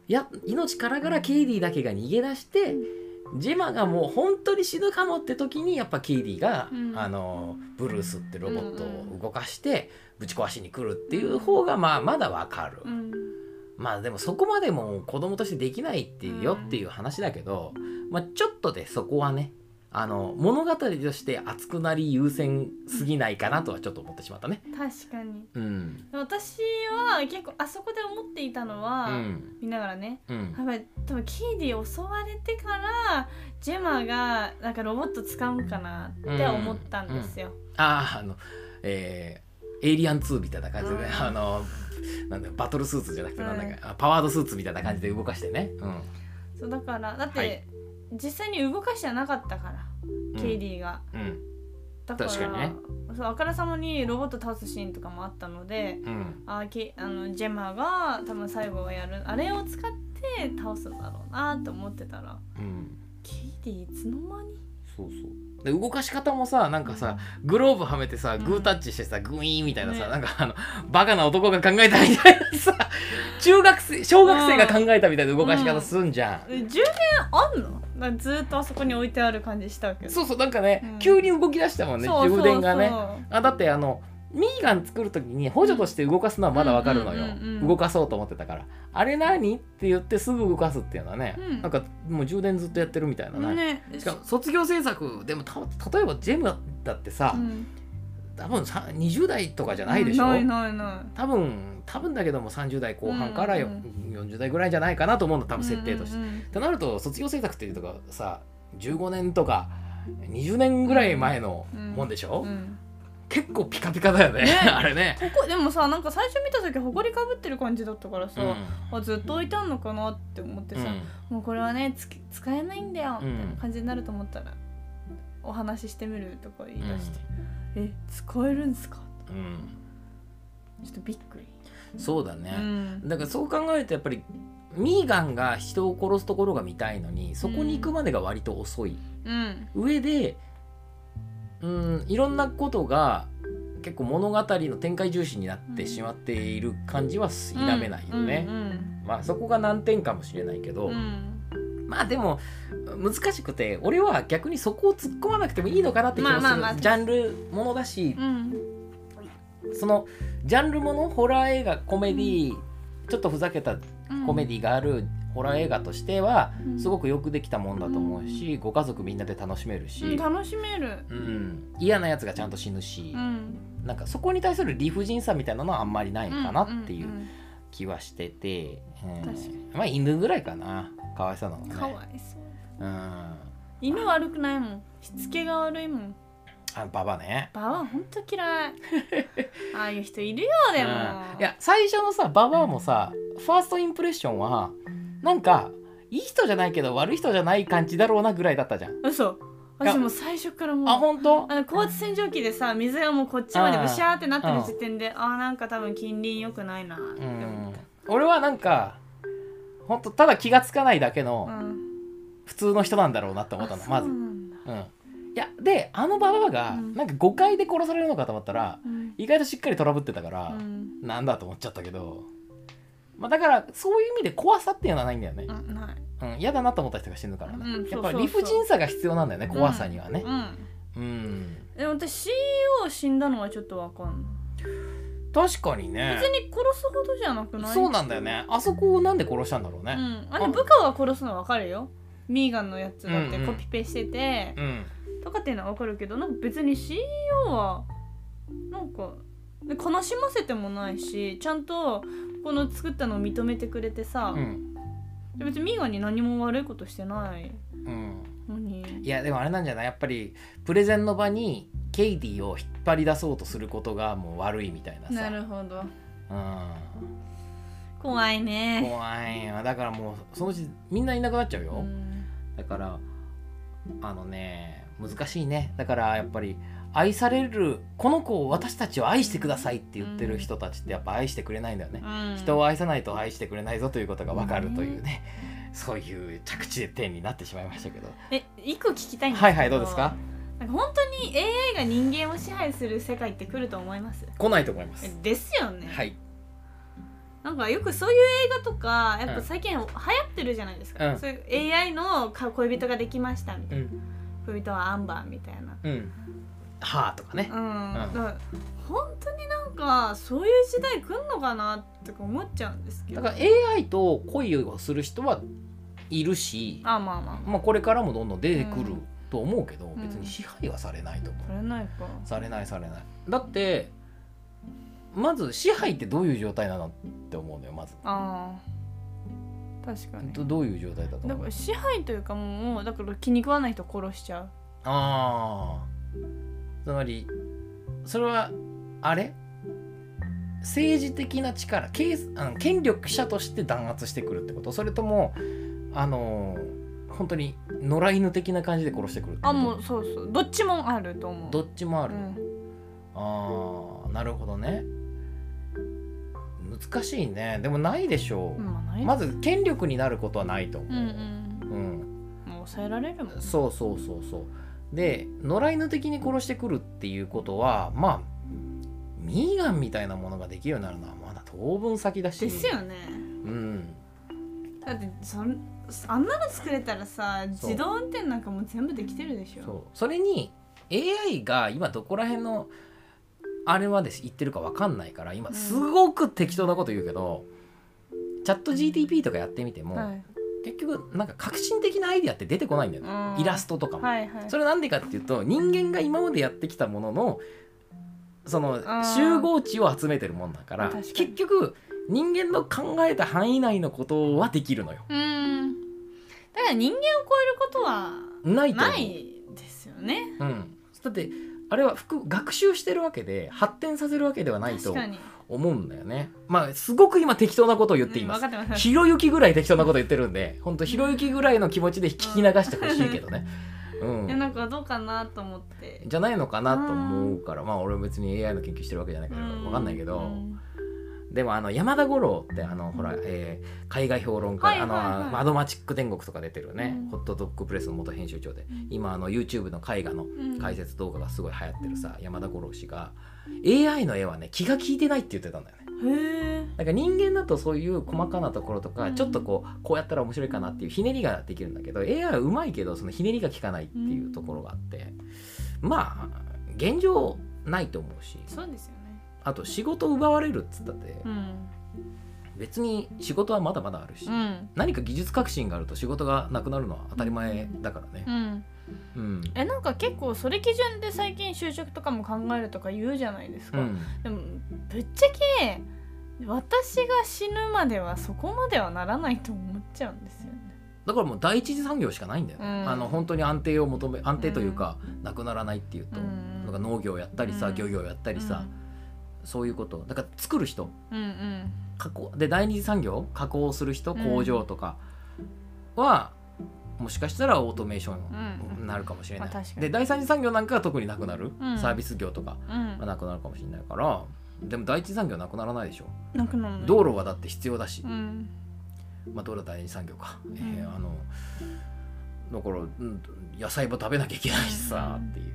Speaker 1: や命からがらケイディだけが逃げ出して、ジェマがもう本当に死ぬかもって時にやっぱケイディが、
Speaker 2: うん
Speaker 1: あのブルースってロボット
Speaker 2: うんう
Speaker 1: を
Speaker 2: ん
Speaker 1: 動かしてぶち壊しに来るっていう方がまあまだわかる、
Speaker 2: うん
Speaker 1: まあでもそこまでもう子供としてできないっていうよっていう話だけど、まあ、ちょっとでそこはねあの物語として熱くなり優先すぎないかなとはちょっと思ってしまったね。
Speaker 2: 確かに
Speaker 1: うん
Speaker 2: 私は結構あそこで思っていたのは、
Speaker 1: うん
Speaker 2: 見ながらね
Speaker 1: うん
Speaker 2: やっぱり多分キーディ襲われてからジェマがなんかロボット掴むかなって思ったんですよ、
Speaker 1: あああのえーエイリアン2みたいな感じで、ね
Speaker 2: うん
Speaker 1: あのなんだよバトルスーツじゃなくて
Speaker 2: は
Speaker 1: ないんだか、あパワードスーツみたいな感じで動かしてね、うん
Speaker 2: そうだからだって、
Speaker 1: はい
Speaker 2: 実際に動かしてはなかったから、
Speaker 1: うん、
Speaker 2: ケイディが
Speaker 1: うん
Speaker 2: だから
Speaker 1: 確かにね
Speaker 2: そうあからさまにロボット倒すシーンとかもあったので
Speaker 1: うん
Speaker 2: あけあのジェマが多分最後はやるあれを使って倒すんだろうなと思ってたら
Speaker 1: うん
Speaker 2: ケイディいつの間に
Speaker 1: そうそうで動かし方もさなんかさグローブはめてさ
Speaker 2: うん
Speaker 1: グータッチしてさグイーンみたいなさ、
Speaker 2: ね
Speaker 1: なんかあのバカな男が考えたみたいな さ中学生小学生が考えたみたいな動かし方すんじゃん、
Speaker 2: え充電あんのなんかずーっとあそこに置いてある感じしたけど
Speaker 1: そうそうなんかね、
Speaker 2: うん
Speaker 1: 急に動き出したもんね
Speaker 2: そうそうそう
Speaker 1: 充電がねあだってあのミーガン作る時に補助として動かすのはまだわかるのよ、
Speaker 2: うんうんうんうん
Speaker 1: 動かそうと思ってたからあれ何って言ってすぐ動かすっていうのはね、
Speaker 2: うん
Speaker 1: なんかもう充電ずっとやってるみたいなね
Speaker 2: ね
Speaker 1: しかも卒業制作でもた例えばジェムだってさ、
Speaker 2: うん
Speaker 1: 多分さ20代とかじゃないでしょ、
Speaker 2: ないないな
Speaker 1: 多分多分だけども30代後半からよ、
Speaker 2: うん
Speaker 1: 40代ぐらいじゃないかなと思うの
Speaker 2: い
Speaker 1: 多分設定として。
Speaker 2: うんうんうん
Speaker 1: となると卒業制作っていうとかさ15年とか20年ぐらい前のもんでしょ、
Speaker 2: うん
Speaker 1: 結構ピカピカだよね
Speaker 2: ね
Speaker 1: あれね、
Speaker 2: ここでもさなんか最初見た時ほこりかぶってる感じだったからさ、
Speaker 1: うん
Speaker 2: あずっと置いてあんのかなって思ってさ、もうこれはねつき使えないんだよ
Speaker 1: う
Speaker 2: み
Speaker 1: ん
Speaker 2: たいな感じになると思ったら、お話ししてみるとか言い出して、え使えるんすか
Speaker 1: うん
Speaker 2: ちょっとびっくり、
Speaker 1: うんそうだ
Speaker 2: う
Speaker 1: ね、
Speaker 2: ん、
Speaker 1: だからそう考えるとやっぱりミーガンが人を殺すところが見たいのにそこに行くまでが割と遅い
Speaker 2: うん
Speaker 1: 上でうんいろんなことが結構物語の展開重視になってしまっている感じは否めないよね、
Speaker 2: うん
Speaker 1: まあそこが難点かもしれないけど、
Speaker 2: うんうん
Speaker 1: まあでも難しくて俺は逆にそこを突っ込まなくてもいいのかなって気もする、
Speaker 2: まあまあまあ
Speaker 1: ジャンルものだし
Speaker 2: う、ん
Speaker 1: そのジャンルものホラー映画コメディちょっとふざけた
Speaker 2: うん
Speaker 1: コメディがあるホラー映画としては
Speaker 2: うん
Speaker 1: すごくよくできたもんだと思うし、ご家族みんなで楽しめる
Speaker 2: うん
Speaker 1: し、
Speaker 2: 楽しめる
Speaker 1: うん、嫌なやつがちゃんと死ぬし、
Speaker 2: うん
Speaker 1: なんかそこに対する理不尽さみたいなのはあんまりないかなってい
Speaker 2: ん
Speaker 1: う気はしてて、うん
Speaker 2: 確かに
Speaker 1: まあ犬ぐらいかなかわいそうなの
Speaker 2: うん
Speaker 1: ね。
Speaker 2: かわいそう
Speaker 1: うん
Speaker 2: 犬悪くないもんしつけが悪いもん
Speaker 1: あババね。
Speaker 2: ババアほんと 嫌いああいう人いるよでも、
Speaker 1: うんいや最初のさババアもさファーストインプレッションはなんかいい人じゃないけど悪い人じゃない感じだろうなぐらいだったじゃん。
Speaker 2: 嘘
Speaker 1: いや
Speaker 2: 私もう最初からもう
Speaker 1: あ本当
Speaker 2: あの高圧洗浄機でさ水がもうこっちまで
Speaker 1: あー
Speaker 2: ブシャーってなってる時点であーなんか多分近隣良くないなって
Speaker 1: う
Speaker 2: 思
Speaker 1: ん
Speaker 2: った、
Speaker 1: 俺はなんか本当ただ気がつかないだけ
Speaker 2: う
Speaker 1: の
Speaker 2: ん、
Speaker 1: 普通の人なんだろうなって思ったの
Speaker 2: あ
Speaker 1: まず
Speaker 2: そう。なんだ
Speaker 1: うん、いやであのババアが
Speaker 2: うん
Speaker 1: なんか誤解で殺されるのかと思ったら、
Speaker 2: うん
Speaker 1: 意外としっかりトラブってたから、
Speaker 2: うん
Speaker 1: なんだと思っちゃったけど、まあ、だからそういう意味で怖さっていうのはないんだよね
Speaker 2: う、んない
Speaker 1: うん、嫌だなと思った人が死ぬからね、
Speaker 2: う
Speaker 1: やっ
Speaker 2: ん
Speaker 1: ぱ
Speaker 2: そうそうそ
Speaker 1: り
Speaker 2: う
Speaker 1: 理不尽さが必要なんだよね怖さにはね
Speaker 2: う
Speaker 1: う
Speaker 2: ん
Speaker 1: ん、
Speaker 2: でも私 CEO 死んだのはちょっとわかんない
Speaker 1: 確かにね
Speaker 2: 別に殺すほどじゃなくない
Speaker 1: そうなんだよねあそこをなんで殺したんだろう
Speaker 2: う
Speaker 1: ね
Speaker 2: ん、あの部下が殺すのはわかるよミーガンのやつだっ
Speaker 1: うんう
Speaker 2: て
Speaker 1: ん
Speaker 2: コピペしてて、
Speaker 1: うん、
Speaker 2: とかっていうのはわかるけどなんか別に CEO はなんかで悲しませてもないしちゃんとこの作ったのを認めてくれてさ、
Speaker 1: うん
Speaker 2: で別にミーガンに何も悪いことしてない
Speaker 1: うん
Speaker 2: のに
Speaker 1: いやでもあれなんじゃないやっぱりプレゼンの場にケイディを引っ張り出そうとすることがもう悪いみたいなさ
Speaker 2: なるほど
Speaker 1: うん
Speaker 2: 怖いね
Speaker 1: 怖いよだからもうそのうちみんないなくなっちゃうよ、
Speaker 2: うん
Speaker 1: だからあのね難しいねだからやっぱり愛されるこの子を私たちを愛してくださいって言ってる人たちってやっぱ愛してくれないんだよね、
Speaker 2: うん
Speaker 1: 人を愛さないと愛してくれないぞということが分かるというね、そういう着地点になってしまいましたけど
Speaker 2: え一個聞きたいんですけ
Speaker 1: は
Speaker 2: ど
Speaker 1: いはいどうですか
Speaker 2: なんか本当に AI が人間を支配する世界って来ると思います
Speaker 1: 来ないと思います
Speaker 2: えですよね、
Speaker 1: はい
Speaker 2: なんかよくそういう映画とかやっ
Speaker 1: う
Speaker 2: ぱ
Speaker 1: ん
Speaker 2: 最近流行ってるじゃないですか、
Speaker 1: うん
Speaker 2: そういう AI のか恋人ができましたみたいな、
Speaker 1: うん
Speaker 2: 恋人はアンバーみたいな
Speaker 1: うんはあとかね
Speaker 2: うん、
Speaker 1: うん
Speaker 2: だから本当になんかそういう時代来んのかなってか思っちゃうんですけ
Speaker 1: だ
Speaker 2: ど
Speaker 1: から AI と恋をする人はいるし
Speaker 2: あまあまあ
Speaker 1: まあ、これからもどんどん出てくると思うけど、
Speaker 2: ん
Speaker 1: 別に支配はされないと思う、
Speaker 2: 取れないか
Speaker 1: されないされないだってまず支配ってどういう状態なのって思うのよまず
Speaker 2: あー確かに
Speaker 1: どどういう状態だと
Speaker 2: だ
Speaker 1: 思
Speaker 2: か
Speaker 1: う
Speaker 2: ら支配というかもうだから気に食わない人殺しちゃう
Speaker 1: ああつまりそれはあれ政治的な力経あの権力者として弾圧してくるってことそれともあのー本当に野良犬的な感じで殺してくるってこと
Speaker 2: あもうそうそうどっちもあると思う
Speaker 1: どっちもあ
Speaker 2: あ
Speaker 1: る、
Speaker 2: うん、
Speaker 1: あーなるほどね難しいねでもないでしょう、
Speaker 2: まあない
Speaker 1: まず権力になることはないと思
Speaker 2: うんう
Speaker 1: う、
Speaker 2: ん
Speaker 1: うん
Speaker 2: もう抑えられるもん
Speaker 1: そうそうそうそうで野良犬的に殺してくるっていうことはまあミーガンみたいなものができるようになるのはまだ当分先だし
Speaker 2: ですよね
Speaker 1: うん
Speaker 2: だってそんあんなの作れたらさ
Speaker 1: そう
Speaker 2: 自動運転なんかもう全部できてるでしょ
Speaker 1: そうそれに AI が今どこら辺のあれまで言ってるかわかんないから今
Speaker 2: うん
Speaker 1: すごく適当なこと言うけど、チャット GTP とかやってみても、
Speaker 2: はい
Speaker 1: 結局なんか革新的なアイディアって出てこないんだよね
Speaker 2: うん
Speaker 1: イラストとかも、
Speaker 2: はいはい
Speaker 1: それなんでかっていうと人間が今までやってきたもののその
Speaker 2: ん
Speaker 1: 集合値を集めてるもんだから
Speaker 2: 確かに
Speaker 1: 結局人間の考えた範囲内のことはできるのよ。
Speaker 2: うんだから人間を超えることは
Speaker 1: ないと思う
Speaker 2: ないですよね
Speaker 1: うん、だってあれは服学習してるわけで発展させるわけではない
Speaker 2: 確
Speaker 1: と
Speaker 2: かに
Speaker 1: 思うんだよね。まあすごく今適当なことを言っています。
Speaker 2: うん分かってます
Speaker 1: ひろゆきぐらい適当なこと言ってるんで本当ひろゆきぐらいの気持ちで聞き流してほしいけどね。う
Speaker 2: いやなんんかどうかなと思って
Speaker 1: じゃないのかなと思うからまあ俺は別に AI の研究してるわけじゃないから
Speaker 2: うん
Speaker 1: 分かんないけど、
Speaker 2: うん
Speaker 1: でもあの山田五郎ってあのほら、えー海外評論家、
Speaker 2: はいはいはい
Speaker 1: あのマドマチック天国とか出てるね、
Speaker 2: うん
Speaker 1: ホットドッグプレスの元編集長で
Speaker 2: うん
Speaker 1: 今あの YouTube の絵画の
Speaker 2: うん
Speaker 1: 解説動画がすごい流行ってるさ、山田五郎氏が AI の絵はね気が利いてないって言ってたんだよね。
Speaker 2: へえ
Speaker 1: なんか人間だとそういう細かなところとか、
Speaker 2: うん
Speaker 1: ちょっとこうこうやったら面白いかなっていうひねりができるんだけど AI はうまいけどそのひねりが効かないっていうところがあって、まあ現状ないと思うし
Speaker 2: そうですよね
Speaker 1: あと仕事奪われるっつったって、
Speaker 2: うん
Speaker 1: 別に仕事はまだまだあるし、
Speaker 2: うん
Speaker 1: 何か技術革新があると仕事がなくなるのは当たり前だからね
Speaker 2: う。ん
Speaker 1: うん
Speaker 2: えなんか結構それ基準で最近就職とかも考えるとか言うじゃないです
Speaker 1: う
Speaker 2: か、
Speaker 1: ん
Speaker 2: でもぶっちゃけ私が死ぬまではそこまではならないと思っちゃうんですよね
Speaker 1: だからもう第一次産業しかないんだよね、
Speaker 2: うん
Speaker 1: あの本当に安定を求め安定というか、なくならないっていうと、
Speaker 2: うん
Speaker 1: なんか農業やったりさ、
Speaker 2: うん
Speaker 1: 漁業やったりさ、そういうことだから作る人
Speaker 2: うん、うんうん
Speaker 1: 加工で第二次産業加工する人
Speaker 2: うん
Speaker 1: 工場とかは、もしかしたらオートメーション
Speaker 2: うん
Speaker 1: になるかもしれない、
Speaker 2: まあ確かに
Speaker 1: で第三次産業なんかは特になくなる、
Speaker 2: うん
Speaker 1: サービス業とか
Speaker 2: うん
Speaker 1: はなくなるかもしれないからでも第一次産業なくならないでしょ、
Speaker 2: なくなるの
Speaker 1: 道路はだって必要だし、
Speaker 2: うん
Speaker 1: まあ、道路は第二次産業か、え
Speaker 2: う
Speaker 1: ー
Speaker 2: ん
Speaker 1: あのだから、うん、野菜も食べなきゃいけないしさっていう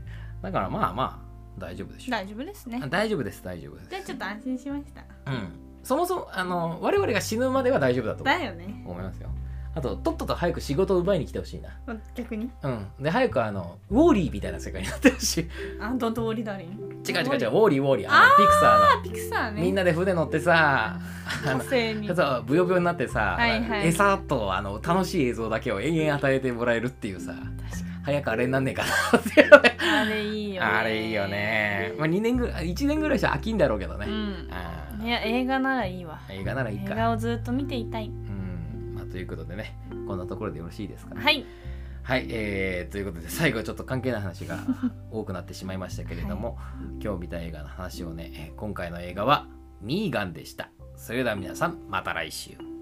Speaker 1: だからまあまあ大丈夫でしょ
Speaker 2: 大丈夫ですね
Speaker 1: あ大丈夫です大丈夫です
Speaker 2: じゃあちょっと安心しました
Speaker 1: うん、そもそもあの我々が死ぬまでは大丈夫だと
Speaker 2: だよね
Speaker 1: 思いますよあととっとと早く仕事を奪いに来てほしいな
Speaker 2: 逆に
Speaker 1: うんで早くあのウォーリーみたいな世界になってほ しい違
Speaker 2: あと通りだりん
Speaker 1: う違う違うウ
Speaker 2: う
Speaker 1: ォーリーウォーリーあのピクサ
Speaker 2: あピクサー
Speaker 1: ー
Speaker 2: ね
Speaker 1: のみんなで船乗ってさあ
Speaker 2: 個
Speaker 1: の
Speaker 2: 性に
Speaker 1: そうブヨブヨになってさ、
Speaker 2: はいはい
Speaker 1: 餌とあの楽しい映像だけを延々与えてもらえるっていうさ早くあれになんねえかなっていうね
Speaker 2: あれいいよね
Speaker 1: あれいいよね、まあ、2年ぐらい1年ぐらいしたら飽きんだろうけどね
Speaker 2: う、ん
Speaker 1: あー
Speaker 2: いや映画ならいいわ
Speaker 1: 映画ならいい
Speaker 2: 映
Speaker 1: か
Speaker 2: 画をずっと見ていたい
Speaker 1: うんまあ、ということでねこんなところでよろしいですかね。
Speaker 2: はい
Speaker 1: はい、えーということで最後はちょっと関係ない話が多くなってしまいましたけれども、今日見た映画の話をねえー今回の映画は「ミーガン」でした。それでは皆さんまた来週。